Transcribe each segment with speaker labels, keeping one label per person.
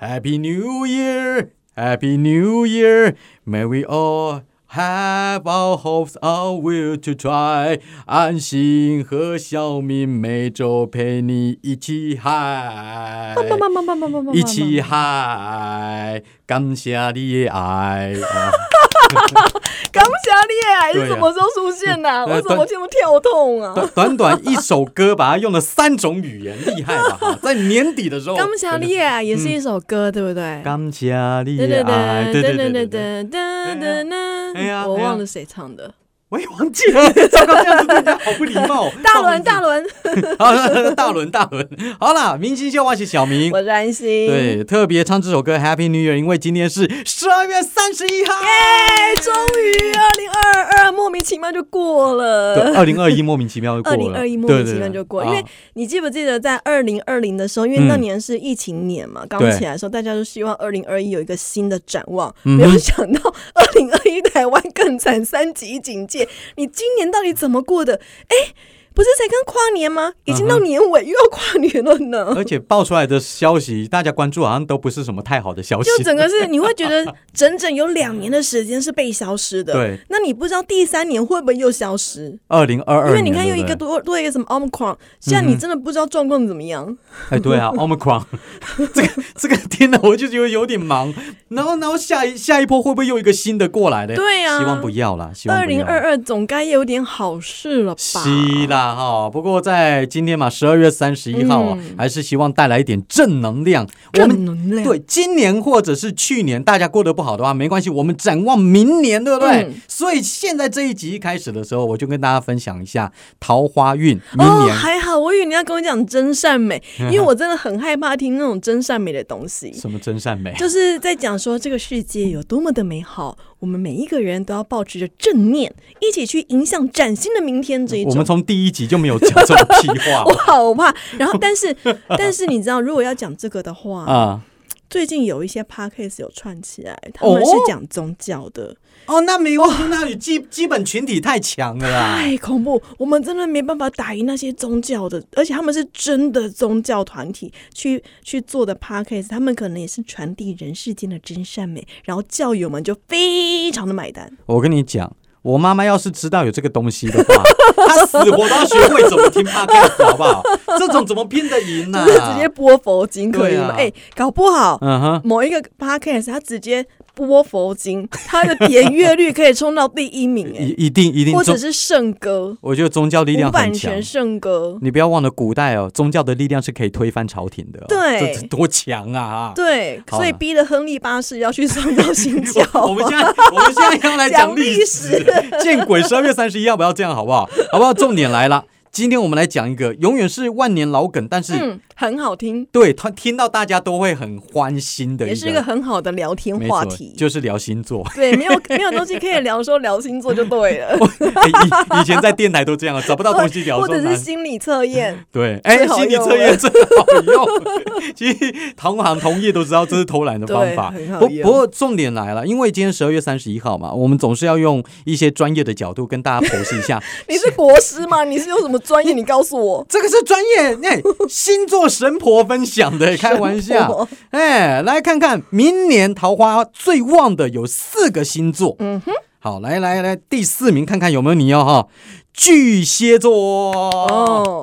Speaker 1: Happy New Year, Happy New Year, may we all have our hopes, our will to try。安心和小明每周陪你一起嗨，一起嗨，感谢你的爱。啊
Speaker 2: 钢侠恋爱
Speaker 1: 对
Speaker 2: 是
Speaker 1: 啊
Speaker 2: 什么时候出现呐、
Speaker 1: 对
Speaker 2: 我怎么这么跳痛啊？
Speaker 1: 哦短短短一首歌，把它用了三种语言，厉害吧？ 哈在年底的时候，
Speaker 2: 钢侠恋爱也是一首歌，对不对？
Speaker 1: 感谢你
Speaker 2: 噔
Speaker 1: 的
Speaker 2: 噔
Speaker 1: 爱，
Speaker 2: 噔
Speaker 1: 对对
Speaker 2: 噔
Speaker 1: 对对
Speaker 2: 噔
Speaker 1: 对，
Speaker 2: 噔噔噔
Speaker 1: 哎呀
Speaker 2: 噔，我忘了谁唱的。
Speaker 1: 我也忘记了，糟糕，这样子对人家好不礼 貌。
Speaker 2: 大轮，大轮，
Speaker 1: 好，大伦，大伦，好啦，明星秀我是小明
Speaker 2: 我。是安心。，
Speaker 1: 对，特别唱这首歌《Happy New Year》，因为今天是十二月三十一号。
Speaker 2: 哎，终于二零二二莫名其妙就过
Speaker 1: 对，
Speaker 2: 了。
Speaker 1: 二零二一莫名其妙就过
Speaker 2: 二
Speaker 1: 了，
Speaker 2: 零二一莫
Speaker 1: 对
Speaker 2: 名其妙就过，因为
Speaker 1: 啊嗯
Speaker 2: 你记不记得在二零二零的时候，因为那年是疫情年嘛，刚
Speaker 1: 对
Speaker 2: 起来的时候，大家都希望二零二一有一个新的展望。
Speaker 1: 嗯哼
Speaker 2: 没有想到 二零二一台湾更惨，三级警戒。你今年到底怎么过的？哎，不是才刚跨年吗？已经
Speaker 1: 嗯
Speaker 2: 到年尾又要跨年了 呢。
Speaker 1: 啊而且爆出来的消息，大家关注好像都不是什么太好的消息。
Speaker 2: 就整个是你会觉得整整有两年的时间是被消失的。
Speaker 1: 对，
Speaker 2: 那你不知道第三年会不会又消失？
Speaker 1: 二零二二，
Speaker 2: 因为你看又
Speaker 1: 对
Speaker 2: 一
Speaker 1: 不
Speaker 2: 个
Speaker 1: 对嗯
Speaker 2: 多多一个什么 omicron，现在你真的不知道状况怎么样。
Speaker 1: 哎，对 啊，Omicron，这个这个天呐，我就觉得有点忙。然后，然后下一下一波会不会又一个新的过来的？
Speaker 2: 对啊
Speaker 1: 希望不要啦，希望
Speaker 2: 二
Speaker 1: 不要
Speaker 2: 零二。二总该有点好事了吧？
Speaker 1: 是啦哈，不过在今天嘛，十二月三十一号啊，还是希望带来一点正能量。我
Speaker 2: 嗯正
Speaker 1: 们
Speaker 2: 能量。
Speaker 1: 对今年或者是去年大家过得不好的话，没关系，我们展望明年，对不对？
Speaker 2: 嗯
Speaker 1: 所以现在这一集一开始的时候，我就跟大家分享一下桃花运，明
Speaker 2: 哦，
Speaker 1: 年、嗯
Speaker 2: 还好，我以为你要跟我讲真善美，因为我真的很害怕听那种真善美的东西，
Speaker 1: 什么真善美。
Speaker 2: 就是在讲说这个世界有多么的美好，我们每一个人都要保持着正念，一起去迎向崭新的明天这一
Speaker 1: 我们
Speaker 2: 种。
Speaker 1: 从第一集就没有讲这种屁话
Speaker 2: 我好怕，然后但 是但是你知道，如果要讲这个的话，
Speaker 1: 啊。
Speaker 2: 最近有一些 podcast 有串起来，他们是
Speaker 1: 哦
Speaker 2: 讲宗教的，
Speaker 1: 哦，那没问题，那你基基本群体太强了啦。
Speaker 2: 太恐怖，我们真的没办法打赢那些宗教的，而且他们是真的宗教团体去去做的 podcast，他们可能也是传递人世间的真善美，然后教友们就非常的买单。
Speaker 1: 我跟你讲，我妈妈要是知道有这个东西的话， 她死活都要学会怎么听 podcast，好不好？这种怎么拼得赢呢、
Speaker 2: 就是直接播佛经可以
Speaker 1: 啊对
Speaker 2: 吗？
Speaker 1: 啊
Speaker 2: 哎、搞不好
Speaker 1: 嗯哼，
Speaker 2: 某一个 podcast 他直接播佛经，他的点阅率可以冲到第一名、哎，
Speaker 1: 一一定一定
Speaker 2: 或者
Speaker 1: 宗，
Speaker 2: 是圣歌，
Speaker 1: 我觉得宗教力
Speaker 2: 无
Speaker 1: 量很
Speaker 2: 版
Speaker 1: 强
Speaker 2: 权。圣歌，
Speaker 1: 你不要忘了，古代哦，宗教的力量是可以推翻朝廷的、哦。
Speaker 2: 对
Speaker 1: 这这多强啊啊！
Speaker 2: 对，
Speaker 1: 好
Speaker 2: 所以
Speaker 1: 了。
Speaker 2: 逼得亨利八世要去创造新教
Speaker 1: 我们现在我们现在要来讲
Speaker 2: 讲
Speaker 1: 历史
Speaker 2: 历史，
Speaker 1: 见鬼！十二月三十一要不要这样，好不好？好不好？重点来了，今天我们来讲一个永远是万年老梗，但是、
Speaker 2: 嗯，很好听。
Speaker 1: 对他听到大家都会很欢欣的
Speaker 2: 也
Speaker 1: 一
Speaker 2: 是一个很好的聊天话
Speaker 1: 没错
Speaker 2: 题。
Speaker 1: 就是聊星座。
Speaker 2: 对，没有没有东西可以聊，说聊星座就对了，
Speaker 1: 哎以以前在电台都这样，找不到东西聊，
Speaker 2: 或者
Speaker 1: 说
Speaker 2: 是
Speaker 1: 难
Speaker 2: 心理测验。
Speaker 1: 对，哎，
Speaker 2: 最好
Speaker 1: 心理
Speaker 2: 用
Speaker 1: 测
Speaker 2: 了
Speaker 1: 验最好用。 其实同行同业都知道这是偷懒的方
Speaker 2: 对
Speaker 1: 法
Speaker 2: 很。好
Speaker 1: 不
Speaker 2: 用
Speaker 1: 不过重点来了，因为今天十二月三十一号嘛，我们总是要用一些专业的角度跟大家剖析一 下
Speaker 2: 你是国师吗？你是有什么专业？你告诉我。
Speaker 1: 这个是专业哎，星座神婆分享的， 开玩笑
Speaker 2: 婆
Speaker 1: 哎，来看看明年桃花最旺的有四个星座，嗯哼，好，来来来，第四名看看有没有你哦哈，巨蟹座哦，
Speaker 2: 哦，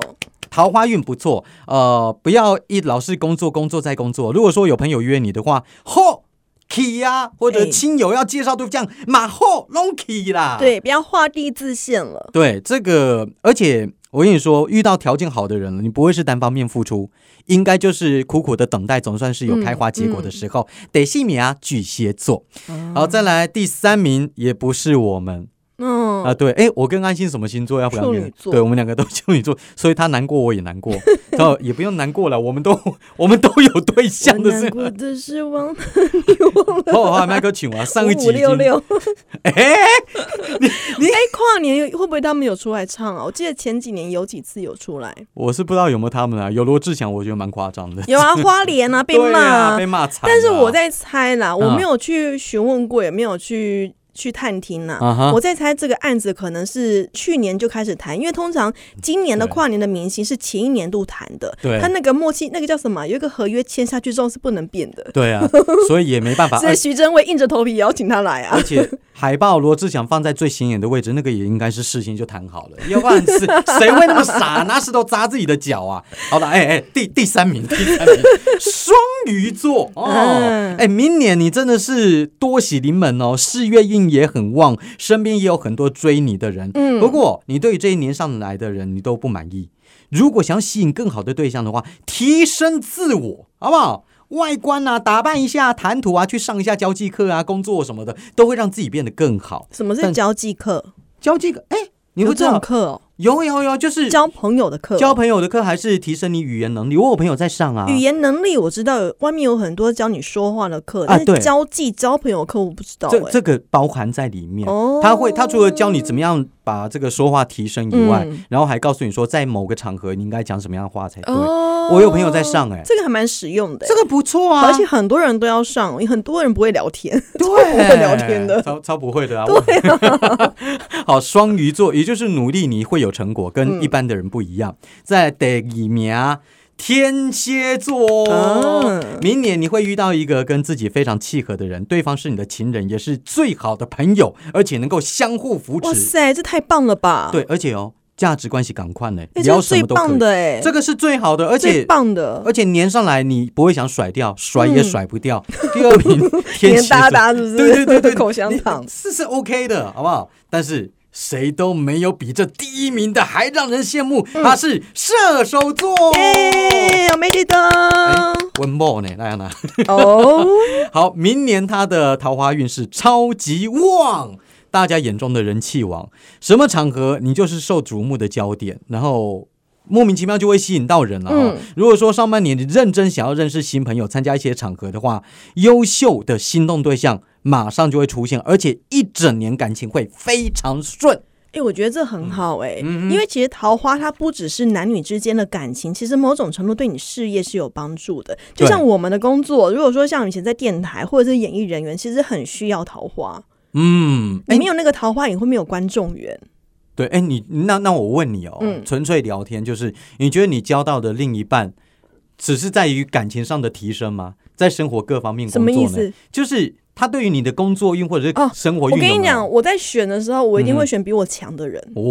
Speaker 1: 桃花运不错，呃，不要一老是工作工作再工作，如果说有朋友约你的话，吼。起呀、或者
Speaker 2: 哎
Speaker 1: 亲友要介绍对象，马后拢起啦。
Speaker 2: 对，不要画地自 限了。
Speaker 1: 对这个，而且我跟你说，遇到条件好的人了，你不会是单方面付出，应该就是苦苦的等待，总算是有开花结果的时候。哦得细米啊，巨蟹座。好，再来第三名，也不是我们啊、
Speaker 2: 嗯，
Speaker 1: 对，哎，我跟安心什么星座？要不然
Speaker 2: 处
Speaker 1: 你
Speaker 2: 女座
Speaker 1: 对我们两个都处女座，所以他难过，我也难 过，然后也不用难过了，我们都 我们都有对象
Speaker 2: 我
Speaker 1: 的
Speaker 2: 难
Speaker 1: 是。
Speaker 2: 过的是忘
Speaker 1: 哦，好，麦克请我啊 上一集
Speaker 2: 五
Speaker 1: 已经
Speaker 2: 六六。
Speaker 1: 哎，
Speaker 2: 哎，跨年有会不会他们有出来唱啊？我记得前几年有几次有出来，
Speaker 1: 我是不知道有没有他们啊，有罗志祥，我觉得蛮夸 张的。
Speaker 2: 有啊，花莲啊被
Speaker 1: 对
Speaker 2: 骂
Speaker 1: 啊，
Speaker 2: 啊
Speaker 1: 被，骂惨了啊。
Speaker 2: 但是我在猜啦，我
Speaker 1: 嗯
Speaker 2: 没有去询问过，也没有去去探听呐、
Speaker 1: 啊哈
Speaker 2: 我在猜这个案子可能是去年就开始谈，因为通常今年的
Speaker 1: 对
Speaker 2: 跨年的明星是前一年度谈的，
Speaker 1: 对
Speaker 2: 他那个默契那个叫什么？有一个合约签下去之后是不能变的，
Speaker 1: 对啊，所以也没办法。
Speaker 2: 所以徐峥会硬着头皮也要请他来啊
Speaker 1: 而。且海报罗志祥放在最显眼的位置，那个也应该是事先就谈好了，要不然是 谁会那么傻拿石头砸自己的脚啊？好了，哎哎，第第三名，第三名，双鱼座哦，
Speaker 2: 嗯
Speaker 1: 哎，明年你真的是多喜临门哦，事业运也很旺，身边也有很多追你的人。嗯，不过你对于这一年上来的人，你都不满意。如果想吸引更好的对象的话，提升自我，好不好？外观啊，打扮一下，谈吐啊，去上一下交际课啊，工作什么的，都会让自己变得更好。
Speaker 2: 什么是
Speaker 1: 但
Speaker 2: 交际课？
Speaker 1: 交际课，哎、你
Speaker 2: 有
Speaker 1: 会知
Speaker 2: 这种
Speaker 1: 道，
Speaker 2: 课哦，
Speaker 1: 有有有，就是
Speaker 2: 交朋友的课哦。
Speaker 1: 交朋友的课，还是提升你语言能力。我有朋友在上啊，
Speaker 2: 语言能力我知道有，外面有很多教你说话的课，
Speaker 1: 啊
Speaker 2: 但
Speaker 1: 对
Speaker 2: 是交际交朋友的课我不知道、欸。
Speaker 1: 这这个包含在里面。
Speaker 2: 哦
Speaker 1: 他会，他除了教你怎么样把这个说话提升以外，
Speaker 2: 嗯
Speaker 1: 然后还告诉你说，在某个场合你应该讲什么样的话才对。
Speaker 2: 哦
Speaker 1: 我有朋友在上哎
Speaker 2: 这个还蛮实用的欸、
Speaker 1: 这个不错啊，
Speaker 2: 而且很多人都要上，很多人不会聊天，
Speaker 1: 对，
Speaker 2: 不会聊天的啊
Speaker 1: 超超不会的啊。对 好，双鱼座，也就是努力你会有成果，
Speaker 2: 嗯
Speaker 1: 跟一般的人不一样。在第二名，啊天蝎座。
Speaker 2: 嗯
Speaker 1: 明年你会遇到一个跟自己非常契合的人，对方是你的情人，也是最好的朋友，而且能够相互扶
Speaker 2: 哇
Speaker 1: 持。
Speaker 2: 塞，这太棒了吧！
Speaker 1: 对，而且哦，价值关系赶快呢，
Speaker 2: 欸，啊这
Speaker 1: 聊什
Speaker 2: 是最
Speaker 1: 么都可
Speaker 2: 棒
Speaker 1: 以。
Speaker 2: 的哎、
Speaker 1: 这个是最好的，而
Speaker 2: 最
Speaker 1: 且
Speaker 2: 棒嗯的，
Speaker 1: 而且粘上来你不会想甩掉，甩也甩不 掉。第二名，天蝎座。
Speaker 2: 哒哒是不是？
Speaker 1: 对对 对对，
Speaker 2: 口香
Speaker 1: 你
Speaker 2: 糖。
Speaker 1: 是是 OK 的，好不好？但是谁都没有比这第一名的还让人羡慕，他是射手座。
Speaker 2: 嗯耶，我没记得
Speaker 1: 温莫呢？大家呢？
Speaker 2: 哦，
Speaker 1: 好，明年他的桃花运是超级旺，大家眼中的人气王，什么场合你就是受瞩目的焦点，然后。莫名其妙就会吸引到人了、哦
Speaker 2: 嗯
Speaker 1: 如果说上半年你认真想要认识新朋友、参加一些场合的话，优秀的心动对象马上就会出现，而且一整年感情会非常顺。
Speaker 2: 哎、我觉得这很好哎、
Speaker 1: 嗯
Speaker 2: 因为其实桃花它不只是男女之间的感情，其实某种程度对你事业是有帮助的。就
Speaker 1: 对
Speaker 2: 像我们的工作，如果说像以前在电台或者是演艺人员，其实很需要桃花。
Speaker 1: 嗯，
Speaker 2: 你没有那个桃花，你会没有观众缘。
Speaker 1: 对，哎，你那那我问你哦，
Speaker 2: 嗯
Speaker 1: 纯粹聊天就是，你觉得你交到的另一半，只是在于感情上的提升吗？在生活各方面
Speaker 2: 什
Speaker 1: 工
Speaker 2: 么意
Speaker 1: 作呢？
Speaker 2: 思？
Speaker 1: 就是他对于你的工作运或者
Speaker 2: 哦
Speaker 1: 是生活
Speaker 2: 我
Speaker 1: 运有没
Speaker 2: 跟
Speaker 1: 有、
Speaker 2: 你讲，我在选的时候，我一定
Speaker 1: 嗯
Speaker 2: 会
Speaker 1: 哼
Speaker 2: 选比我强的人。
Speaker 1: 哦，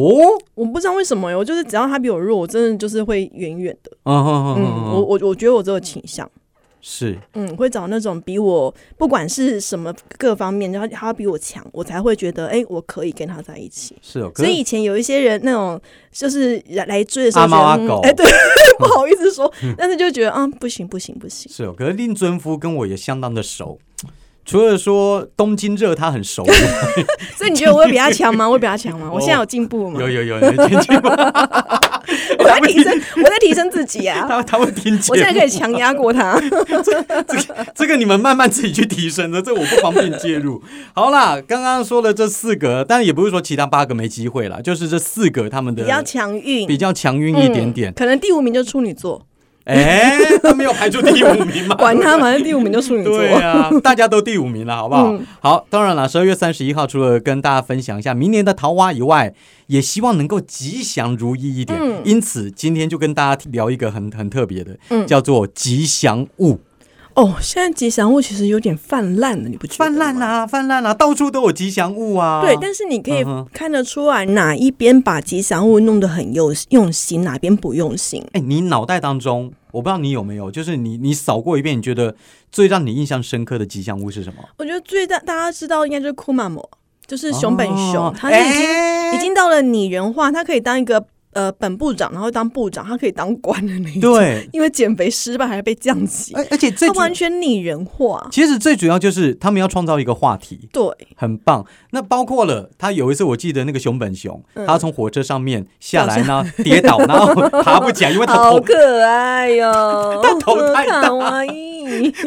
Speaker 2: 我不知道为什么欸，我就是只要他比我弱，我真的就是会远远的。
Speaker 1: 嗯哼哼
Speaker 2: 嗯，
Speaker 1: 哼
Speaker 2: 我
Speaker 1: 哼，
Speaker 2: 我我觉得我这个倾向，
Speaker 1: 是
Speaker 2: 嗯，会找那种比我不管是什么各方面，然后他比我强，我才会觉得，哎、我可以跟他在一起。
Speaker 1: 是哦，可
Speaker 2: 所
Speaker 1: 是
Speaker 2: 以以前有一些人那种就是来来追的时候
Speaker 1: 阿
Speaker 2: 觉得，
Speaker 1: 猫阿
Speaker 2: 嗯
Speaker 1: 狗嗯
Speaker 2: 哎、对， 不好意思说，但是就觉得啊、不行不行不行，
Speaker 1: 是哦，可是令尊夫跟我也相当的熟，除了说东京热他很熟以外，
Speaker 2: 所以你觉得我会比他 强吗？我会比他强吗？我现在
Speaker 1: 哦
Speaker 2: 有进步吗？
Speaker 1: 有有有，有听见吗
Speaker 2: 我在提升，我在提升自己啊！
Speaker 1: 他他会听见，
Speaker 2: 我现在可以强压过 他。
Speaker 1: 这个你们慢慢自己去提升的，这我不方便介 入。好啦，刚刚说了这四个，但也不是说其他八个没机会啦，就是这四个他们的
Speaker 2: 比较强运，
Speaker 1: 比较强运一点点
Speaker 2: 嗯。可能第五名就处女座，
Speaker 1: 哎、 他没有排出第五名嘛？
Speaker 2: 管他，反正第五名就处女 座。
Speaker 1: 对啊，大家都第五名了，好不好？
Speaker 2: 嗯
Speaker 1: 好，当然了，十二月三十一号，除了跟大家分享一下明年的桃花以外，也希望能够吉祥如意一点。
Speaker 2: 嗯
Speaker 1: 因此，今天就跟大家聊一个很很特别的，
Speaker 2: 嗯
Speaker 1: 叫做吉祥物。
Speaker 2: 哦，现在吉祥物其实有点泛滥了，你不觉得？
Speaker 1: 泛滥。啦，泛滥啦，到处都有吉祥物啊。
Speaker 2: 对，但是你可以
Speaker 1: 嗯哼
Speaker 2: 看得出来哪一边把吉祥物弄得很用用心，哪边不用心。
Speaker 1: 哎、你脑袋当中，我不知道你有没有，就是你你扫过一遍，你觉得最让你印象深刻的吉祥物是什么？
Speaker 2: 我觉得最大大家知道应该就是库玛摩，就是熊本熊，
Speaker 1: 哦
Speaker 2: 他是已经、
Speaker 1: 哎
Speaker 2: 已经到了拟人化，他可以当一个呃本部长，然后当部长，他可以当官的那一种。，
Speaker 1: 对，哎
Speaker 2: 因为减肥失败还被降级，
Speaker 1: 而而且最
Speaker 2: 他
Speaker 1: 主
Speaker 2: 完全拟人化。
Speaker 1: 其实最主要就是他们要创造一个话题，
Speaker 2: 对，
Speaker 1: 很棒。那包括了他有一次，我记得那个熊本熊，
Speaker 2: 嗯
Speaker 1: 他从火车上面下来呢，跌 倒，然后爬不起来，因为他
Speaker 2: 好
Speaker 1: 头
Speaker 2: 可爱哟、
Speaker 1: 他头太大
Speaker 2: 卡 哇伊。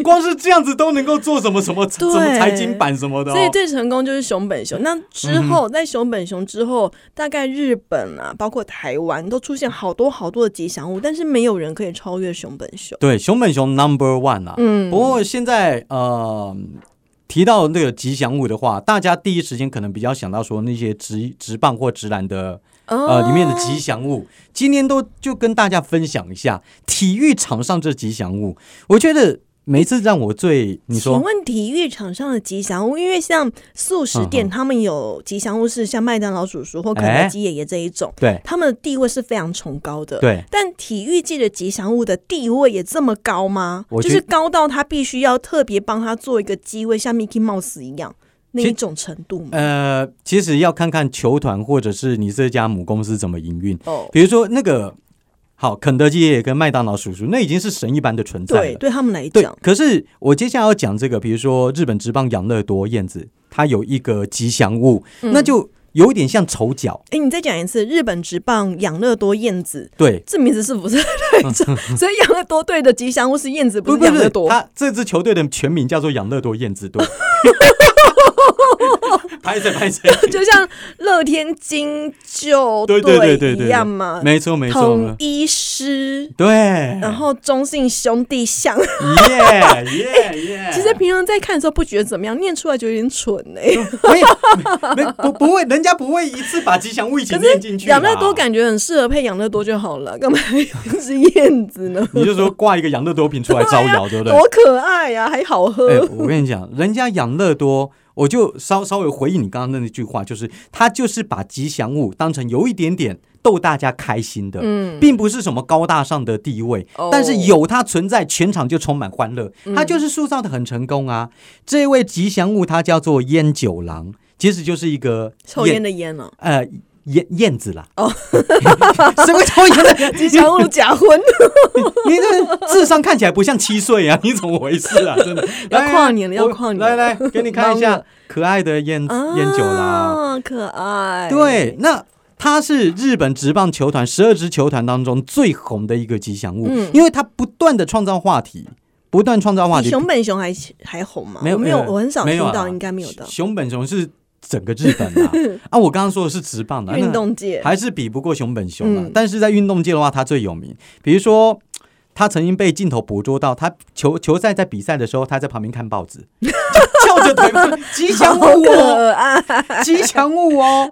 Speaker 1: 光是这样子都能够做什么什么什
Speaker 2: 对
Speaker 1: 么财经版什么的、哦，
Speaker 2: 所以最成功就是熊本熊。那之
Speaker 1: 嗯
Speaker 2: 后，在熊本熊之后，大概日本啊，包括台湾都出现好多好多的吉祥物，但是没有人可以超越熊本熊。
Speaker 1: 嗯对，熊本熊 Number One 啊。
Speaker 2: 嗯
Speaker 1: 不过现在呃，提到那个吉祥物的话，大家第一时间可能比较想到说那些直直棒或直篮的
Speaker 2: 嗯
Speaker 1: 呃
Speaker 2: 哦
Speaker 1: 里面的吉祥物，今天都就跟大家分享一下体育场上这吉祥物。我觉得每一次让我最你
Speaker 2: 请
Speaker 1: 说
Speaker 2: 问体育场上的吉祥物，因为像素食店，
Speaker 1: 嗯哎
Speaker 2: 他们有吉祥物是像麦当劳叔叔或肯德基爷爷这一种，
Speaker 1: 对
Speaker 2: 他们的地位是非常崇高的。
Speaker 1: 对
Speaker 2: 但体育界的吉祥物的地位也这么高吗？
Speaker 1: 我
Speaker 2: 就
Speaker 1: 觉
Speaker 2: 是高到他必须要特别帮他做一个机位，像 Mickey Mouse 一样那
Speaker 1: 其
Speaker 2: 一
Speaker 1: 实
Speaker 2: 种程度吗？
Speaker 1: 呃，其实要看看球团或者是你这家母公司怎么营运。
Speaker 2: 哦，
Speaker 1: 比如说那个好，肯德基爷爷跟麦当劳叔叔，那已经是神一般的存在
Speaker 2: 对，
Speaker 1: 了。
Speaker 2: 对他们来
Speaker 1: 对
Speaker 2: 讲，，
Speaker 1: 可是我接下来要讲这个，比如说日本职棒养乐多燕子，它有一个吉祥物，
Speaker 2: 嗯
Speaker 1: 那就有一点像丑角。
Speaker 2: 哎，你再讲一次，日本职棒养乐多燕子。
Speaker 1: 对，
Speaker 2: 这名字是不是太 长？所以养乐多队的吉祥物是燕子，
Speaker 1: 不
Speaker 2: 是
Speaker 1: 不
Speaker 2: 养
Speaker 1: 是
Speaker 2: 乐，多。
Speaker 1: 它这支球队的全名叫做养乐多燕子 队。拍谁拍谁？
Speaker 2: 就像乐天金鹫
Speaker 1: 对对对对对，
Speaker 2: 一样嘛，
Speaker 1: 没错没错。没
Speaker 2: 统
Speaker 1: 错
Speaker 2: 一师，
Speaker 1: 对，
Speaker 2: 然后中信兄弟像。
Speaker 1: 耶耶耶！
Speaker 2: 其实平常在看的时候不觉得怎么样，念出来就有点蠢哎、
Speaker 1: 没有没没不不会，人家不会一次把吉祥物一起念进去。
Speaker 2: 养乐多，感觉很适合配养乐多就好了，干嘛一只燕子呢？
Speaker 1: 你就说挂一个养乐多瓶出来招 摇，对不对？
Speaker 2: 多可爱呀、还好喝。
Speaker 1: 哎、我跟你讲，人家养乐多，我就稍稍微回应你刚刚那句话，就是他就是把吉祥物当成有一点点逗大家开心的，
Speaker 2: 嗯，
Speaker 1: 并不是什么高大上的地位，
Speaker 2: 哦嗯
Speaker 1: 但是有它存在，全场就充满欢乐。它就是塑造的很成功啊。这位吉祥物它叫做烟九郎，其实就是一个
Speaker 2: 抽烟的烟哦、
Speaker 1: 呃燕燕子啦。
Speaker 2: 哦，
Speaker 1: 什么抽烟的？
Speaker 2: 吉祥物假婚，
Speaker 1: 你这智商看起来不像七岁啊？你 怎么回事啊？真的
Speaker 2: 要
Speaker 1: 来
Speaker 2: 跨年了要
Speaker 1: 我
Speaker 2: 跨年
Speaker 1: 来
Speaker 2: 了
Speaker 1: 来，给你看一
Speaker 2: 忙
Speaker 1: 下可爱的燕燕九郎。
Speaker 2: 啊，可爱。
Speaker 1: 对，那它是日本职棒球团十二支球团当中最红的一个吉祥物，
Speaker 2: 嗯
Speaker 1: 因为它不断的创造话题，不断创造话
Speaker 2: 比
Speaker 1: 题。
Speaker 2: 熊本熊还还红吗？
Speaker 1: 没有
Speaker 2: 我没有，我很少
Speaker 1: 没
Speaker 2: 听
Speaker 1: 有啊
Speaker 2: 到，应该没有到
Speaker 1: 熊本熊是整个日本 啊啊！我刚刚说的是职棒啊的
Speaker 2: 运。动界
Speaker 1: 那。还是比不过熊本熊了、啊
Speaker 2: 嗯
Speaker 1: 但是在运动界的话，它最有名。比如说，他曾经被镜头捕捉到，他球球赛在比赛的时候，他在旁边看报纸， 就翘着腿看，吉祥物
Speaker 2: 好
Speaker 1: 哦，
Speaker 2: 可爱，
Speaker 1: 吉祥物哦。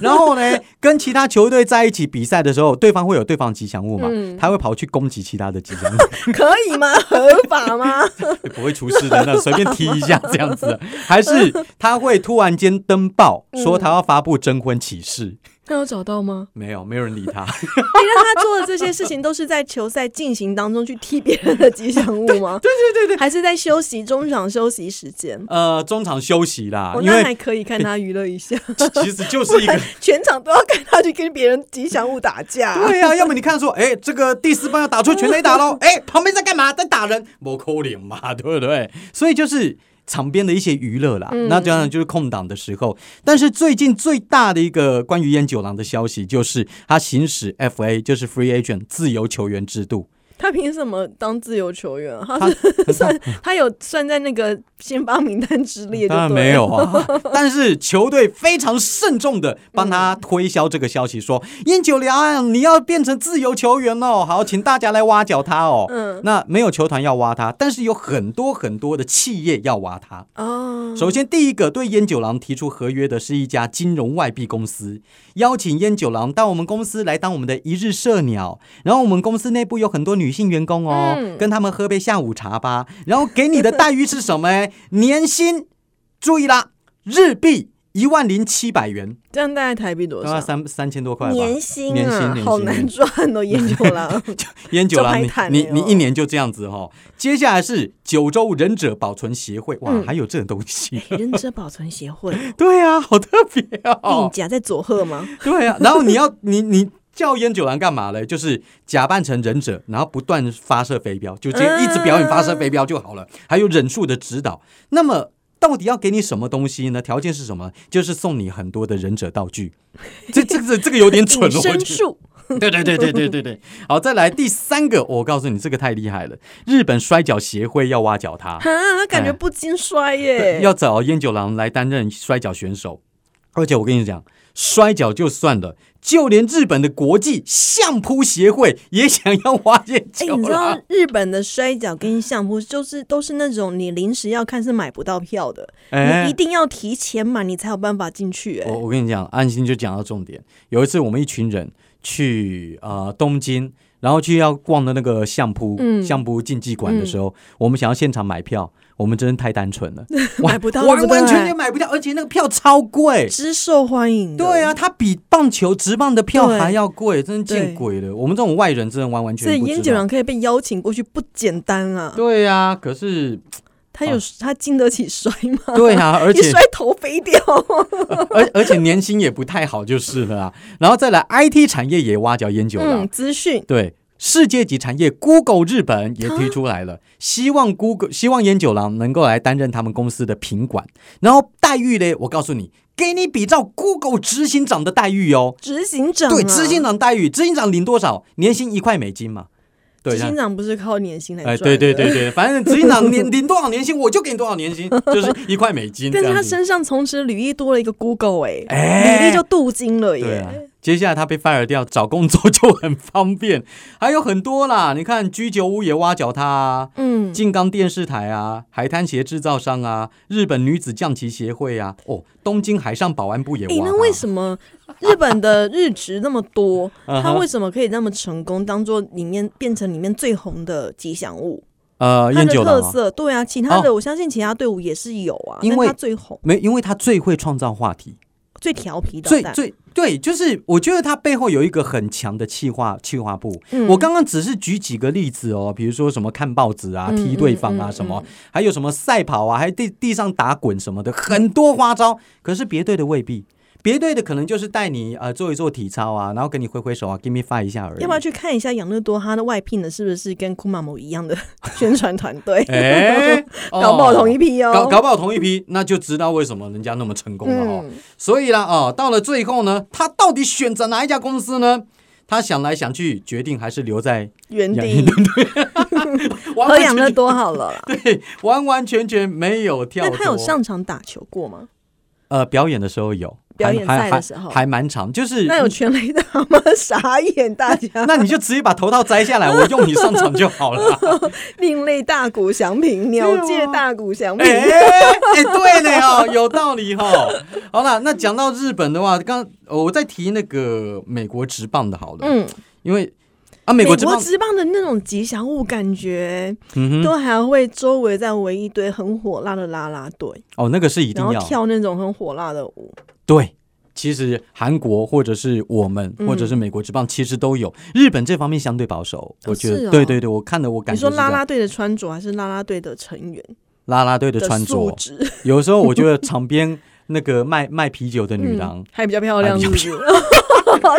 Speaker 1: 然后呢，跟其他球队在一起比赛的时候，对方会有对方吉祥物嘛，
Speaker 2: 嗯
Speaker 1: 他会跑去攻击其他的吉祥物，
Speaker 2: 可以吗？合法吗？
Speaker 1: 也不会出事的，那随便踢一下这样子。还是他会突然间登报
Speaker 2: 嗯
Speaker 1: 说他要发布征婚启事，
Speaker 2: 那有找到吗？
Speaker 1: 没有，没有人理 他。
Speaker 2: 你让他做的这些事情都是在球赛进行当中去踢别人的吉祥物吗？对对 对对，还是在休息中场休息时间？
Speaker 1: 呃，中场休息啦，
Speaker 2: 我
Speaker 1: 啊因
Speaker 2: 哦那
Speaker 1: 为
Speaker 2: 还可以看他娱乐一下，
Speaker 1: 其其实就是 一个。
Speaker 2: 全场都要看他去跟别人吉祥物打架。
Speaker 1: 对呀、要么你看说，哎、这个第四棒要打出全垒打 喽，哎、旁边在干嘛？在打人，摸扣脸嘛，对不对？所以就是场边的一些娱乐啦。
Speaker 2: 嗯
Speaker 1: 那当然就是空档的时候。但是最近最大的一个关于烟九郎的消息，就是他行使 FA，就是 Free Agent 自由球员制度。
Speaker 2: 他凭什么当自由球员啊？他
Speaker 1: 他
Speaker 2: 是他有 算在那个先发名单之列，
Speaker 1: 当然
Speaker 2: 就
Speaker 1: 没
Speaker 2: 对了。
Speaker 1: 有啊， 但是球队非常慎重的帮他推销这个消
Speaker 2: 嗯
Speaker 1: 息，说烟九良你要变成自由球员哦，好，请大家来挖角他哦。
Speaker 2: 嗯
Speaker 1: 那没有球团要挖他，但是有很多很多的企业要挖他。
Speaker 2: 哦，
Speaker 1: 首先，第一个对烟九郎提出合约的是一家金融外币公司，邀请烟九郎到我们公司来当我们的一日社鸟。然后我们公司内部有很多女性员工哦，
Speaker 2: 嗯
Speaker 1: 跟他们喝杯下午茶吧。然后给你的待遇是什么 欸？年薪，注意啦，日币一万零七百元，
Speaker 2: 这样大概台币多
Speaker 1: 大概
Speaker 2: 少？
Speaker 1: 三三千多块吧。
Speaker 2: 年薪
Speaker 1: 年薪
Speaker 2: 啊
Speaker 1: 年，薪
Speaker 2: 好难赚哦，研究 啦。
Speaker 1: 烟酒啦，
Speaker 2: 就
Speaker 1: 你
Speaker 2: 排坦
Speaker 1: 你
Speaker 2: 了
Speaker 1: 你一年就这样子哈、哦。接下来是九州忍者保存协会，哇，
Speaker 2: 嗯
Speaker 1: 还有这种东西？
Speaker 2: 忍者保存协会，
Speaker 1: 对啊，好特别
Speaker 2: 你
Speaker 1: 哦。
Speaker 2: 夹在佐贺 吗？
Speaker 1: 对啊，然后你要你你叫烟酒郎干嘛嘞？就是假扮成忍者，然后不断发射飞镖，就这
Speaker 2: 嗯
Speaker 1: 一直表演发射飞镖就好了。还有忍术的指导。那么到底要给你什么东西呢？条件是什么？就是送你很多的忍者道具。这这这这个有点蠢
Speaker 2: 隐
Speaker 1: 了，我觉
Speaker 2: 身
Speaker 1: 得。
Speaker 2: 术，
Speaker 1: 对对对对对对对，好，再来第三个，我告诉你，这个太厉害了，日本摔跤协会要挖
Speaker 2: 啊
Speaker 1: 角他哎
Speaker 2: 哈，，他感觉不经摔耶。
Speaker 1: 要找烟九郎来担任摔跤选手。而且我跟你讲，摔跤就算了，就连日本的国际相扑协会也想要花眼
Speaker 2: 哎、
Speaker 1: 球
Speaker 2: 你知
Speaker 1: 了。
Speaker 2: 道日本的摔跤跟相扑就是都是那种你临时要看是买不到票的，
Speaker 1: 哎哦
Speaker 2: 你一定要提前买，你才有办法进去、哎、
Speaker 1: 我我跟你讲，安心就讲到重点。有一次我们一群人去呃东京，然后去要逛的那个相扑、
Speaker 2: 嗯
Speaker 1: 相扑竞技馆的时候，我们想要现场买票，我们真的太单纯了，完
Speaker 2: 买不到
Speaker 1: 完
Speaker 2: 对不对
Speaker 1: 完全全买不到，而且那个票超贵。
Speaker 2: 之受欢迎的。
Speaker 1: 对啊，它比棒球直棒的票
Speaker 2: 对
Speaker 1: 还要贵，真的见
Speaker 2: 对
Speaker 1: 鬼了！我们这种外人真的完完
Speaker 2: 所以
Speaker 1: 全不
Speaker 2: 烟
Speaker 1: 知
Speaker 2: 酒郎
Speaker 1: 道。
Speaker 2: 可以被邀请过去不简单啊，
Speaker 1: 对呀、可是
Speaker 2: 他有、他经得起摔吗？
Speaker 1: 对啊，而
Speaker 2: 一
Speaker 1: 且
Speaker 2: 摔头飞掉，
Speaker 1: 而而且年薪也不太好，就是了啊。然后再来 IT 产业也挖角烟酒郎，
Speaker 2: 嗯，资讯
Speaker 1: 对，世界级产业 Google 日本也提出来了，希望 Google 希望烟酒郎能够来担任他们公司的品管，然后待遇嘞，我告诉你，给你比照 Google 执行长的待遇哦。
Speaker 2: 执行长、啊，
Speaker 1: 对，执行长待遇，执行长领多少？年薪一块美金嘛。对，
Speaker 2: 执
Speaker 1: 那
Speaker 2: 行长不是靠年薪来赚、
Speaker 1: 哎，对对。对对，反正执行长领领多少年薪，我就给你多少年薪，就是一块美金这
Speaker 2: 但是他
Speaker 1: 样子。
Speaker 2: 身上从此履历多了一个 Google 哎、
Speaker 1: 哎
Speaker 2: 履历就镀金了
Speaker 1: 对
Speaker 2: 耶。
Speaker 1: 啊，接下来他被 fire 掉，找工作 就很方便。还有很多啦，你看居酒屋也挖角他、啊，
Speaker 2: 嗯，
Speaker 1: 静冈电视台啊，海滩鞋制造商啊，日本女子降旗协会啊，哦，东京海上保安部也挖
Speaker 2: 诶，
Speaker 1: 他。
Speaker 2: 那为什么日本的日职那么多，
Speaker 1: 嗯哼
Speaker 2: 它为什么可以那么成功，当做里面变成里面最红的吉祥物？
Speaker 1: 呃，
Speaker 2: 它
Speaker 1: 烟
Speaker 2: 的
Speaker 1: 酒
Speaker 2: 特
Speaker 1: 郎、啊、
Speaker 2: 色，对啊，其他的我相信其他队伍也是有啊，
Speaker 1: 因
Speaker 2: 但
Speaker 1: 为
Speaker 2: 它最红、
Speaker 1: 没，因为他最会创造话题，
Speaker 2: 最调皮的
Speaker 1: 最
Speaker 2: 蛋，
Speaker 1: 最对，就是我觉得他背后有一个很强的企划企划部。
Speaker 2: 嗯
Speaker 1: 我刚刚只是举几个例子哦，比如说什么看报纸啊、
Speaker 2: 嗯
Speaker 1: 踢对方啊
Speaker 2: 嗯
Speaker 1: 什么，
Speaker 2: 嗯
Speaker 1: 还有什么赛跑啊，还地地上打滚什么的，很多花招。可是别队的未必。别队的可能就是带你呃做一做体操啊，然后跟你挥挥手啊，give me five 一下而已。
Speaker 2: 要不要去看一下养乐多他的外聘的是不是跟库马某一样的 宣传团队？
Speaker 1: 哎、哦
Speaker 2: 搞不好同一批哦。
Speaker 1: 搞搞不好同一批，那就知道为什么人家那么成功了哦。
Speaker 2: 嗯，
Speaker 1: 所以啦，哦，到了最后呢，他到底选择哪一家公司呢？他想来想去，决定还是留在
Speaker 2: 原
Speaker 1: 养
Speaker 2: 地
Speaker 1: 完
Speaker 2: 喝
Speaker 1: 完
Speaker 2: 养
Speaker 1: 全
Speaker 2: 乐多好了 啦。
Speaker 1: 对，完完全全没有 跳
Speaker 2: 那
Speaker 1: 脱。
Speaker 2: 他有上场打球过吗？
Speaker 1: 呃表演的时候有，
Speaker 2: 表演
Speaker 1: 还
Speaker 2: 赛
Speaker 1: 还
Speaker 2: 的时候
Speaker 1: 还还蛮长，就是
Speaker 2: 那有全雷达吗？ 傻眼，大 家
Speaker 1: 那你就直接把头套摘下来， 我用你上场就好了。
Speaker 2: 另类大鼓响平，鸟界大鼓响
Speaker 1: 哎
Speaker 2: 平。
Speaker 1: 哎，对的哦，有道理哦。好啦，那讲到日本的话，刚哦我在提那个美国职棒的，好了，
Speaker 2: 嗯，
Speaker 1: 因为啊，美
Speaker 2: 美
Speaker 1: 国职
Speaker 2: 国
Speaker 1: 棒，
Speaker 2: 之棒的那种吉祥物感觉，
Speaker 1: 嗯哼，
Speaker 2: 都还会周围再围一堆很火辣的啦啦队，
Speaker 1: 哦，那个是一定
Speaker 2: 然后
Speaker 1: 要
Speaker 2: 跳那种很火辣的舞。
Speaker 1: 对。其实韩国或者是我们，
Speaker 2: 嗯
Speaker 1: 或者是美国职棒，其实都有。日本这方面相对保守，我觉
Speaker 2: 是
Speaker 1: 得，
Speaker 2: 哦
Speaker 1: 对对对，我看的我感
Speaker 2: 你
Speaker 1: 觉
Speaker 2: 说
Speaker 1: 是这样
Speaker 2: 啦啦队的穿着，还是啦啦队的成员
Speaker 1: 啦啦队的
Speaker 2: 的
Speaker 1: 穿
Speaker 2: 素
Speaker 1: 着，
Speaker 2: 质？
Speaker 1: 有时候我觉得场边那个卖卖啤酒的女郎
Speaker 2: 嗯，还比较漂亮，
Speaker 1: 还
Speaker 2: 是
Speaker 1: 比
Speaker 2: 不
Speaker 1: 较哎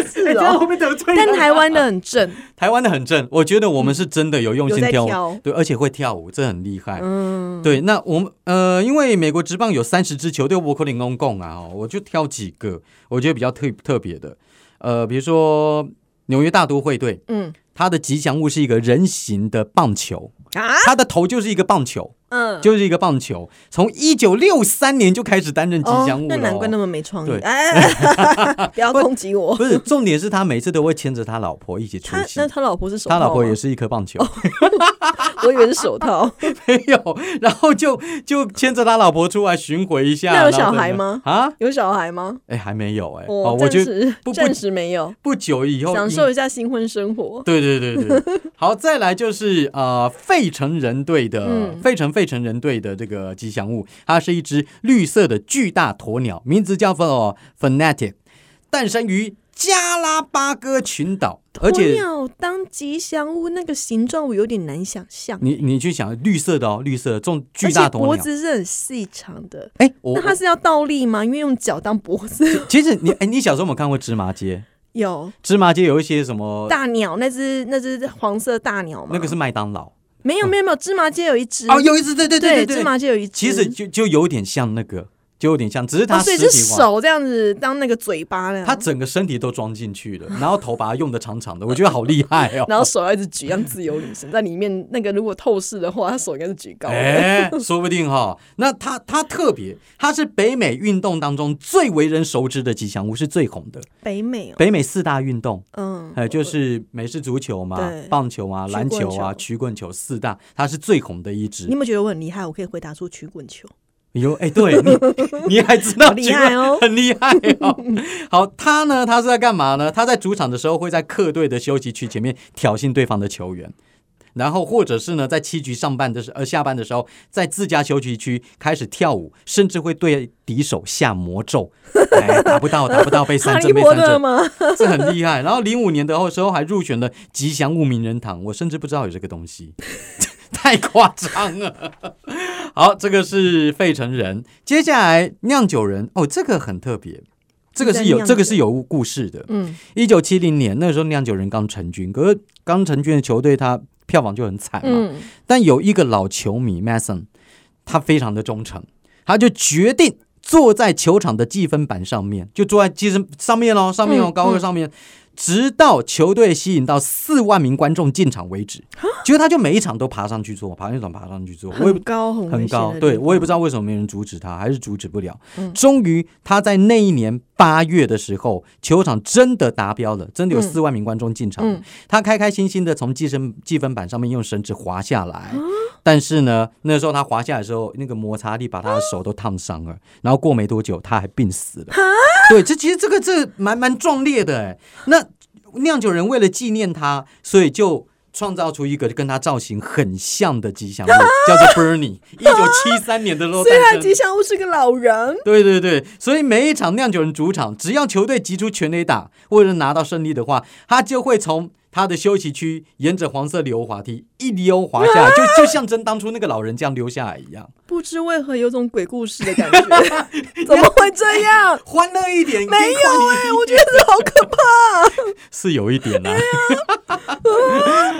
Speaker 2: 是？ 是
Speaker 1: 这样
Speaker 2: 哦，
Speaker 1: 会被得罪人
Speaker 2: 但台湾的很正，
Speaker 1: 台湾的很正，我觉得我们是真的有用
Speaker 2: 有
Speaker 1: 心哎
Speaker 2: 在
Speaker 1: 跳舞，
Speaker 2: 跳。
Speaker 1: 对，而且会跳舞，这很厉害。
Speaker 2: 嗯，
Speaker 1: 对，那我们呃，因为美国职棒有三十支球队，我可能公共啊，哦我就挑几个我觉得比较特特别的，呃，比如说纽约大都会队，
Speaker 2: 嗯
Speaker 1: 它的吉祥物是一个人形的棒球，
Speaker 2: 啊，
Speaker 1: 它的头就是一个棒球，
Speaker 2: 嗯，
Speaker 1: 就是一个棒球，从一九六三年就开始担任吉祥物
Speaker 2: 哦那
Speaker 1: 了、哦
Speaker 2: 难怪那么没创意
Speaker 1: 对。
Speaker 2: 哎哎，哎 不要攻击 我。
Speaker 1: 不是，重点是他每次都会牵着他老婆一起出
Speaker 2: 他
Speaker 1: 席
Speaker 2: 那。他哦老婆是手套
Speaker 1: 他
Speaker 2: 吗，
Speaker 1: 老婆也是一颗棒球，
Speaker 2: 我以为是手套。
Speaker 1: 没有，然后就就牵着他老婆出来巡回一下。
Speaker 2: 那有
Speaker 1: 然后
Speaker 2: 小
Speaker 1: 在
Speaker 2: 孩
Speaker 1: 那
Speaker 2: 吗
Speaker 1: 啊，
Speaker 2: 有小孩吗？
Speaker 1: 哎，还没有哎、
Speaker 2: 我
Speaker 1: 我
Speaker 2: 暂
Speaker 1: 觉得
Speaker 2: 时
Speaker 1: 不不
Speaker 2: 暂时没有，
Speaker 1: 不久以后
Speaker 2: 享
Speaker 1: 应
Speaker 2: 受一下新婚生活。
Speaker 1: 对对对对，好，再来就是呃，费城人队的、
Speaker 2: 嗯
Speaker 1: 费城费城人队的这个吉祥物，它是一只绿色的巨大鸵鸟，名字叫做 Fanatic，诞生于加拉巴哥群岛，而
Speaker 2: 鸵
Speaker 1: 且
Speaker 2: 鸟当吉祥物那个形状，我有点难想象。
Speaker 1: 你你去想绿色的哦，绿色的这种
Speaker 2: 而
Speaker 1: 巨
Speaker 2: 且
Speaker 1: 大
Speaker 2: 脖
Speaker 1: 鸵鸟，
Speaker 2: 子是很细长的，
Speaker 1: 哎，我
Speaker 2: 那它
Speaker 1: 我
Speaker 2: 是要倒立吗？因为用脚当脖子。
Speaker 1: 其实你哎，你小时候有没有看过芝麻街？
Speaker 2: 有
Speaker 1: 芝麻街有一些什么？
Speaker 2: 大鸟，那只那只黄色大鸟吗？
Speaker 1: 那个是麦当劳
Speaker 2: 没有没有没有，芝麻街有一只
Speaker 1: 哦，有一只对对
Speaker 2: 对
Speaker 1: 对
Speaker 2: 芝
Speaker 1: 对对，
Speaker 2: 麻街有一只。
Speaker 1: 其实就就有点像那个就有点像，只是
Speaker 2: 哦，
Speaker 1: 它
Speaker 2: 所
Speaker 1: 实
Speaker 2: 以
Speaker 1: 体
Speaker 2: 是
Speaker 1: 化，
Speaker 2: 手这样子当那个嘴巴那样，
Speaker 1: 它整个身体都装进去了，然后头把它用的 长长的，我觉得好厉 害哦。
Speaker 2: 然后手要一直举，像自由女神在里面那个如果透视的话，她手应该是举高的。
Speaker 1: 哎，说不定哈、那它它特别，它是北美运动当中最为人熟知的吉祥物，是最红的。
Speaker 2: 北美哦，
Speaker 1: 北美四大运动，
Speaker 2: 嗯，
Speaker 1: 呃，就是美式足球嘛
Speaker 2: 对、
Speaker 1: 棒球啊、
Speaker 2: 曲
Speaker 1: 篮
Speaker 2: 棍
Speaker 1: 球啊、
Speaker 2: 球
Speaker 1: 曲棍球四大，它是最红的一支
Speaker 2: 你。有没有觉得我很厉害？我可以回答出曲棍球。
Speaker 1: 有哎，对你，你还知道
Speaker 2: 好厉
Speaker 1: 曲棍
Speaker 2: 害哦
Speaker 1: 很厉害哦。 好，他呢，他是在干嘛呢？他在主场的时候会在客队的休息区前面挑衅对方的球员。然后，或者是呢，在七局上半的时呃下半的时候，在自家休息区开始跳舞，甚至会对敌手下魔咒，哎，打不到，打不到，被
Speaker 2: 哈
Speaker 1: 三
Speaker 2: 利
Speaker 1: 振，被
Speaker 2: 波
Speaker 1: 三振
Speaker 2: 特，吗？
Speaker 1: 这很厉害。然后零五年的时候还入选了吉祥物名人堂，我甚至不知道有这个东西， 太夸张了。好，这个是费城人，接下来酿酒人哦，这个很特别，这个是有
Speaker 2: 在酿酒
Speaker 1: 这个是有故事的。
Speaker 2: 嗯，
Speaker 1: 一九七零年那时候酿酒人刚成军，可是刚成军的球队他票房就很惨嘛。
Speaker 2: 嗯，
Speaker 1: 但有一个老球迷 Mason，他非常的忠诚，他就决定坐在球场的计分板上面，就坐在计分上面哦，上面哦，
Speaker 2: 嗯
Speaker 1: 高二上面，直到球队吸引到四万名观众进场为止。结果他就每一场都爬上去做，爬上去做，爬上去做，我也
Speaker 2: 啊很高，很
Speaker 1: 很
Speaker 2: 危险的
Speaker 1: 高，
Speaker 2: 地
Speaker 1: 对
Speaker 2: 方
Speaker 1: 我也不知道为什么没人阻止他，还是阻止不了。
Speaker 2: 嗯
Speaker 1: 终于，他在那一年八月的时候，球场真的达标了，真的有
Speaker 2: 嗯
Speaker 1: 四万名观众进场。
Speaker 2: 嗯
Speaker 1: 他开开心心的从计分计分板上面用绳子滑下
Speaker 2: 啊
Speaker 1: 来，但是呢，那时候他滑下来的时候，那个摩擦力把他的手都烫伤了，然后过没多久他还病死了。 对，这其实这个这蛮蛮壮烈的哎。那酿酒人为了纪念他，所以就创造出一个跟他造型很像的吉祥物，叫做 Bernie。一九七三年 的时候
Speaker 2: 所以他
Speaker 1: 诞
Speaker 2: 的吉
Speaker 1: 生。
Speaker 2: 祥物是个老人，
Speaker 1: 对对对，所以每一场酿酒人主场，只要球队击出全垒打或者拿到胜利的话，他就会从他的休息区沿着黄色溜滑梯一溜滑下来，就就象征当初那个老人这样溜下来一样，
Speaker 2: 不知为何有种鬼故事的 感觉，怎么会这样？
Speaker 1: 欢乐一点。
Speaker 2: 没
Speaker 1: 更欢乐
Speaker 2: 有
Speaker 1: 一
Speaker 2: 哎、
Speaker 1: 点
Speaker 2: 我觉得好可怕。
Speaker 1: 是有一点啦、啊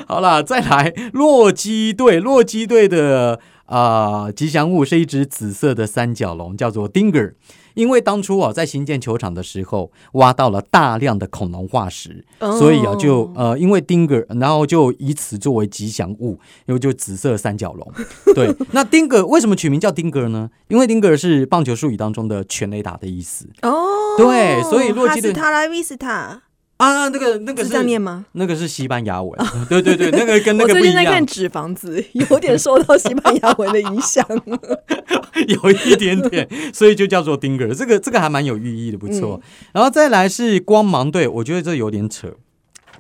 Speaker 1: 好啦，再来洛基队，洛基队的啊、呃吉祥物是一只紫色的三角龙，叫做 Dinger。因为当初啊，在新建球场的时候，挖到了大量的恐龙化石，
Speaker 2: 哦
Speaker 1: 所以啊，就呃，因为 Dinger，然后就以此作为吉祥物，然后就紫色三角 龙。对，那 Dinger 为什么取名叫 Dinger 呢？因为 Dinger 是棒球术语当中的全垒打的意思
Speaker 2: 哦，
Speaker 1: 对所以洛基的
Speaker 2: 哈斯塔拉维斯塔
Speaker 1: 啊。那个那个
Speaker 2: 是
Speaker 1: 是
Speaker 2: 这样念吗？
Speaker 1: 那个是西班牙文， 对对对，那个跟那
Speaker 2: 我
Speaker 1: 个不
Speaker 2: 最
Speaker 1: 一
Speaker 2: 近在看
Speaker 1: 样
Speaker 2: 《，纸房子》，有点受到西班牙文的影响。
Speaker 1: 有一点点，所以就叫做 Dinger。这个这个还蛮有寓意的，不错。
Speaker 2: 嗯
Speaker 1: 然后再来是光芒队，我觉得这有点扯。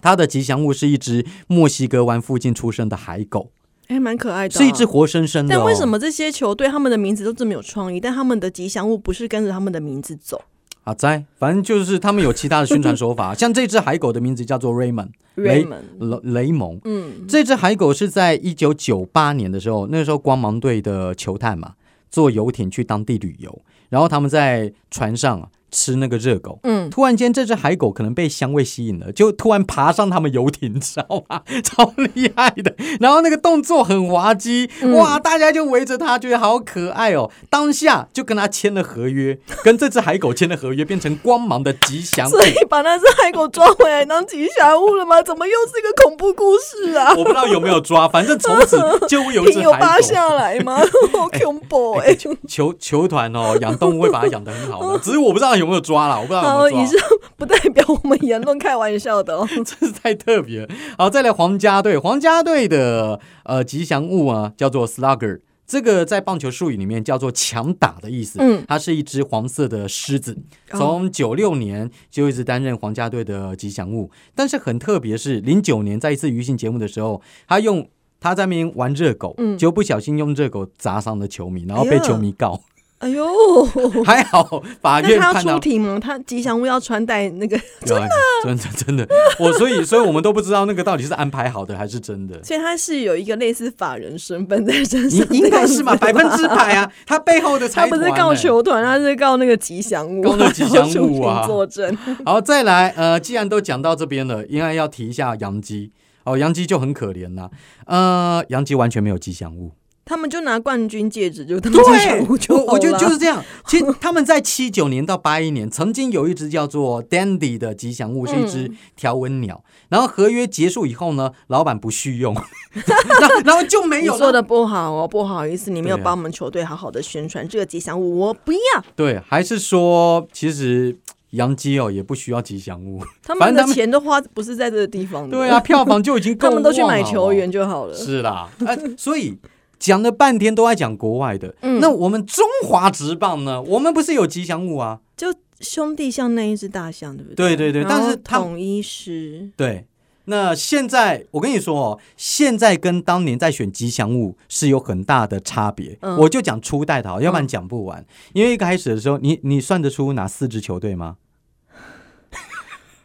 Speaker 1: 它的吉祥物是一只墨西哥湾附近出生的海狗，
Speaker 2: 哎，蛮可爱的啊、
Speaker 1: 是一只活生生的、哦。
Speaker 2: 但为什么这些球队他们的名字都这么有创意，但他们的吉祥物不是跟着他们的名字走
Speaker 1: 啊？在，反正就是他们有其他的宣传手法， 像这只海狗的名字叫做 Raymond 雷
Speaker 2: ？Raymond，
Speaker 1: 雷雷蒙。
Speaker 2: 嗯，
Speaker 1: 这只海狗是在一九九八年的时候，那时候光芒队的球探嘛，坐游艇去当地旅游，然后他们在船上啊吃那个热狗。
Speaker 2: 嗯，
Speaker 1: 突然间，这只海狗可能被香味吸引了，就突然爬上他们游艇，你知道吗？ 超厉害的。然后那个动作很滑稽，哇！大家就围着它，觉得好可爱哦。当下就跟他签了合约，跟这只海狗签了合约，变成光芒的吉 祥物。
Speaker 2: 所以把那只海狗抓回来当吉祥物了吗？怎么又是一个恐怖故事 啊？
Speaker 1: 我不知道有没有抓，反正从此就会有 一只海
Speaker 2: 停有
Speaker 1: 狗。哎
Speaker 2: 扒下来 吗？好恐怖哎！
Speaker 1: 球球团哦，养动物会把它养得很好 的，只是我不知道有没有抓啦，我不知道
Speaker 2: 好，
Speaker 1: 有没
Speaker 2: 以
Speaker 1: 有抓，
Speaker 2: 上不代表我们言论开玩笑的 哦。
Speaker 1: 真是太特别了。好，再来皇家队，皇家队的呃吉祥物啊叫做 Slugger。这个在棒球术语里面叫做“强打”的意思，
Speaker 2: 嗯
Speaker 1: 它是一只黄色的狮子，
Speaker 2: 哦
Speaker 1: 从九六年就一直担任皇家队的吉祥物。但是很特别是，零九年在一次娱乐节目的时候，他用他在那边玩热狗，
Speaker 2: 嗯
Speaker 1: 就不小心用热狗砸伤了球迷，然后
Speaker 2: 哎
Speaker 1: 被
Speaker 2: 呀
Speaker 1: 球迷 告，
Speaker 2: 哎呦，
Speaker 1: 还好法
Speaker 2: 那
Speaker 1: 啊院
Speaker 2: 他要
Speaker 1: 判
Speaker 2: 出
Speaker 1: 到
Speaker 2: 庭吗？他吉祥物要穿戴那个，
Speaker 1: 真的，哎真的， 真的，我所以，所以我们都不知道那个到底是安排好的还是真
Speaker 2: 。
Speaker 1: 的
Speaker 2: 所以他是有一个类似法人身份在身
Speaker 1: 应
Speaker 2: 上，
Speaker 1: 应该是嘛，百
Speaker 2: 这样
Speaker 1: 分
Speaker 2: 子
Speaker 1: 之百啊，他背后的
Speaker 2: 他
Speaker 1: 财
Speaker 2: 不
Speaker 1: 团、
Speaker 2: 是
Speaker 1: 欸。
Speaker 2: 告球团，他是告那个吉祥物，
Speaker 1: 告那个吉祥物啊
Speaker 2: 然后出庭作证。
Speaker 1: 好，再来，呃，既然都讲到这边了，应该要提一下杨基。哦，杨基就很可怜呐、呃，杨基完全没有吉祥物，
Speaker 2: 他们就拿冠军戒指，就他们进
Speaker 1: 对
Speaker 2: 场舞，就
Speaker 1: 我我觉得
Speaker 2: 好
Speaker 1: 就
Speaker 2: 了
Speaker 1: 是这样。其实他们在七九年到八一年，曾经有一只叫做 Dandy 的吉祥物，是一
Speaker 2: 嗯
Speaker 1: 只条纹鸟。然后合约结束以后呢，老板不续用， 然后然后就没
Speaker 2: 你
Speaker 1: 有
Speaker 2: 做
Speaker 1: 了。
Speaker 2: 的不好哦，不好意思，你没有
Speaker 1: 对啊
Speaker 2: 帮我们球队好好的宣传这个吉祥物，我不要。
Speaker 1: 对，还是说其实杨基哦也不需要吉祥 物。
Speaker 2: 他
Speaker 1: 反
Speaker 2: 们
Speaker 1: 正
Speaker 2: 的
Speaker 1: 他们
Speaker 2: 钱都花不是在这个地方的，
Speaker 1: 对啊，，票房就已经够
Speaker 2: 他们都去
Speaker 1: 旺
Speaker 2: 买
Speaker 1: 了
Speaker 2: 球
Speaker 1: 哦
Speaker 2: 员就好了。
Speaker 1: 是啦，呃，所以讲了半天都在讲国外的，
Speaker 2: 嗯
Speaker 1: 那我们中华职棒呢？我们不是有吉祥物啊？
Speaker 2: 就兄弟像那一只大象，对不
Speaker 1: 对
Speaker 2: 对
Speaker 1: 对对
Speaker 2: 然后
Speaker 1: 但是他
Speaker 2: 统一师
Speaker 1: 对，那现在我跟你说哦，现在跟当年在选吉祥物是有很大的差别。
Speaker 2: 嗯
Speaker 1: 我就讲初代的好，要不然讲不完。因为一开始的时候，你你算得出哪四支球队吗？
Speaker 2: 我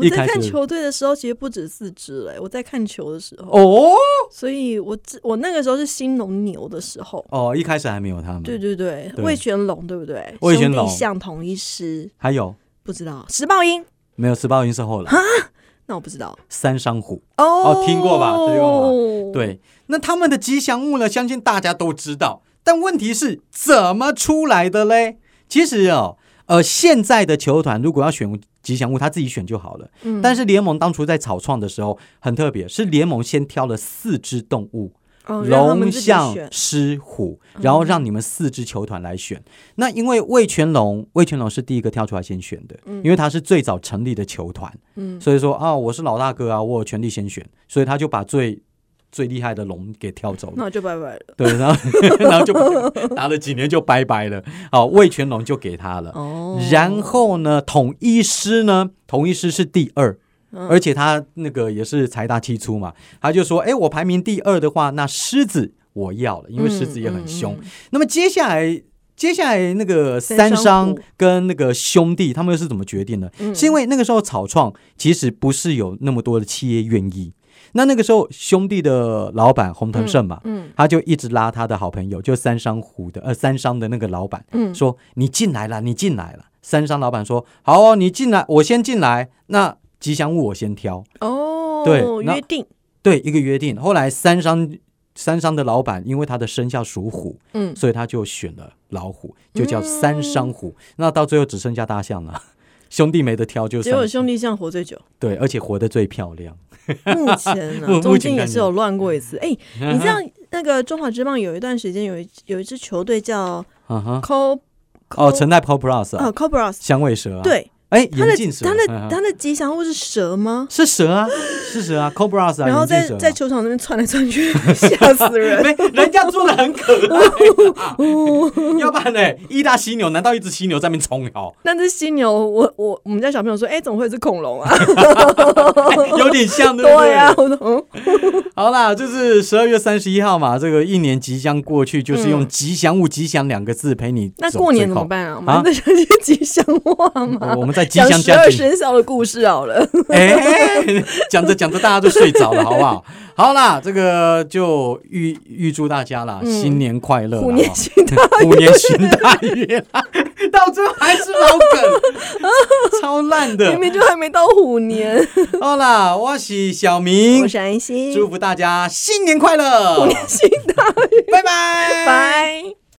Speaker 1: 一
Speaker 2: 在
Speaker 1: 开
Speaker 2: 看
Speaker 1: 始
Speaker 2: 球队的时候，其实不止四只哎、我在看球的时候，
Speaker 1: 哦
Speaker 2: 所以我只我那个时候是新农牛的时候，
Speaker 1: 哦，一开始还没有他们。
Speaker 2: 对对对，
Speaker 1: 对
Speaker 2: 魏全龙对不对？
Speaker 1: 魏全龙
Speaker 2: 兄弟像统一师，
Speaker 1: 还有
Speaker 2: 不知道石豹鹰，
Speaker 1: 没有？十八云是后来
Speaker 2: 那我不知道
Speaker 1: 三商虎。
Speaker 2: 哦
Speaker 1: 哦听过吧听过
Speaker 2: 吧，
Speaker 1: 对，那他们的吉祥物呢，相信大家都知道，但问题是怎么出来的嘞？其实哦，呃，现在的球团如果要选吉祥物，他自己选就好了。
Speaker 2: 嗯
Speaker 1: 但是联盟当初在草创的时候很特别，是联盟先挑了四只动物，
Speaker 2: 哦让他
Speaker 1: 龙、
Speaker 2: 们自己
Speaker 1: 象
Speaker 2: 选、嗯
Speaker 1: 狮、虎，然后让你们四支球团来选。那因为魏全龙，魏全龙是第一个跳出来先选的，因为他是最早成立的球团，
Speaker 2: 嗯
Speaker 1: 所以说啊，我是老大哥啊，我有权利先选，所以他就把最最厉害的龙给跳走了。
Speaker 2: 那我就拜拜了。
Speaker 1: 对，然后 然后就打了几年就拜拜了。好，魏全龙就给他了。
Speaker 2: 哦，
Speaker 1: 然后呢，统一师呢，统一师是第二，
Speaker 2: 嗯
Speaker 1: 而且他那个也是财大气粗嘛，他就说，哎，我排名第二的话，那狮子我要了，因为狮子也很凶。
Speaker 2: 嗯嗯
Speaker 1: 那么接下来。接下来那个
Speaker 2: 三
Speaker 1: 三
Speaker 2: 商
Speaker 1: 商
Speaker 2: 虎
Speaker 1: 跟那个兄弟，他们又是怎么决定的？
Speaker 2: 嗯
Speaker 1: 是因为那个时候草创其实不是有那么多的企业愿意。那那个时候兄弟的老板洪腾盛嘛，
Speaker 2: 嗯
Speaker 1: 他就一直拉他的好朋友，就三商湖的呃三商的那个老板，
Speaker 2: 嗯
Speaker 1: 说你进来了，你进来了。三商老板说好、哦，你进来，我先进来。那吉祥物我先挑，
Speaker 2: 哦，
Speaker 1: 对那
Speaker 2: 约定，
Speaker 1: 对，一个约定。后来三商三商的老板因为他的生肖属虎，
Speaker 2: 嗯，
Speaker 1: 所以他就选了老虎，就叫三商虎。那到最后只剩下大象了，兄弟没得挑就
Speaker 2: 结果
Speaker 1: 三
Speaker 2: 兄弟象活 最久，
Speaker 1: 对，而且活得最漂亮。
Speaker 2: 目前
Speaker 1: 目
Speaker 2: 呢，中
Speaker 1: 目前嗯
Speaker 2: 间也
Speaker 1: 看
Speaker 2: 是
Speaker 1: 见
Speaker 2: 有乱过一次。哎，你知道那个中华职棒有一段时间有一有一支球队叫
Speaker 1: 啊哈，
Speaker 2: Co
Speaker 1: 哦，陈代 Pop Plus 啊
Speaker 2: 呃 Cobras，
Speaker 1: 响尾蛇啊，，
Speaker 2: 对，
Speaker 1: 哎，
Speaker 2: 它
Speaker 1: 眼
Speaker 2: 的
Speaker 1: 镜蛇，
Speaker 2: 它
Speaker 1: 嗯
Speaker 2: 的
Speaker 1: 嗯
Speaker 2: 它的吉祥物是蛇吗？
Speaker 1: 是蛇啊，是蛇啊，Cobras 啊，
Speaker 2: 然后
Speaker 1: 眼镜
Speaker 2: 在
Speaker 1: 蛇啊啊
Speaker 2: 在球场那边窜来 窜去，吓死人！
Speaker 1: 没，人家做的很可爱、
Speaker 2: 哦
Speaker 1: 要不然呢？一大犀牛，难道一只犀牛在那边冲哦？
Speaker 2: 那只犀牛，我我我们家小朋友说，哎，怎么会是恐龙啊？
Speaker 1: 有点像， 对不
Speaker 2: 哦
Speaker 1: 啊
Speaker 2: 对
Speaker 1: 对？
Speaker 2: 呀，我说嗯
Speaker 1: 好啦，就是十二月三十一号嘛，这个一年即将过去，就是用“吉祥物”“吉祥”两个字陪你。
Speaker 2: 嗯那过年怎么？办啊？我
Speaker 1: 啊
Speaker 2: 们在想些吉祥话
Speaker 1: 我
Speaker 2: 嘛，
Speaker 1: 我们在吉
Speaker 2: 讲
Speaker 1: 祥
Speaker 2: 十
Speaker 1: 家
Speaker 2: 二
Speaker 1: 庭，
Speaker 2: 生肖的故事好了。
Speaker 1: 哎， 讲着讲着大家都睡着了，好不 好？好啦，这个就预预祝大家啦，
Speaker 2: 嗯
Speaker 1: 新年快乐啦！
Speaker 2: 虎年
Speaker 1: 哦
Speaker 2: 行大
Speaker 1: 五年行大运 啦，到最后还是老梗，超烂的
Speaker 2: 明。明就还没到虎年。
Speaker 1: 好啦，我是小
Speaker 2: 我
Speaker 1: 明，
Speaker 2: 是安心，
Speaker 1: 祝福大家新年快乐，
Speaker 2: 新大运，
Speaker 1: 拜拜，
Speaker 2: 拜。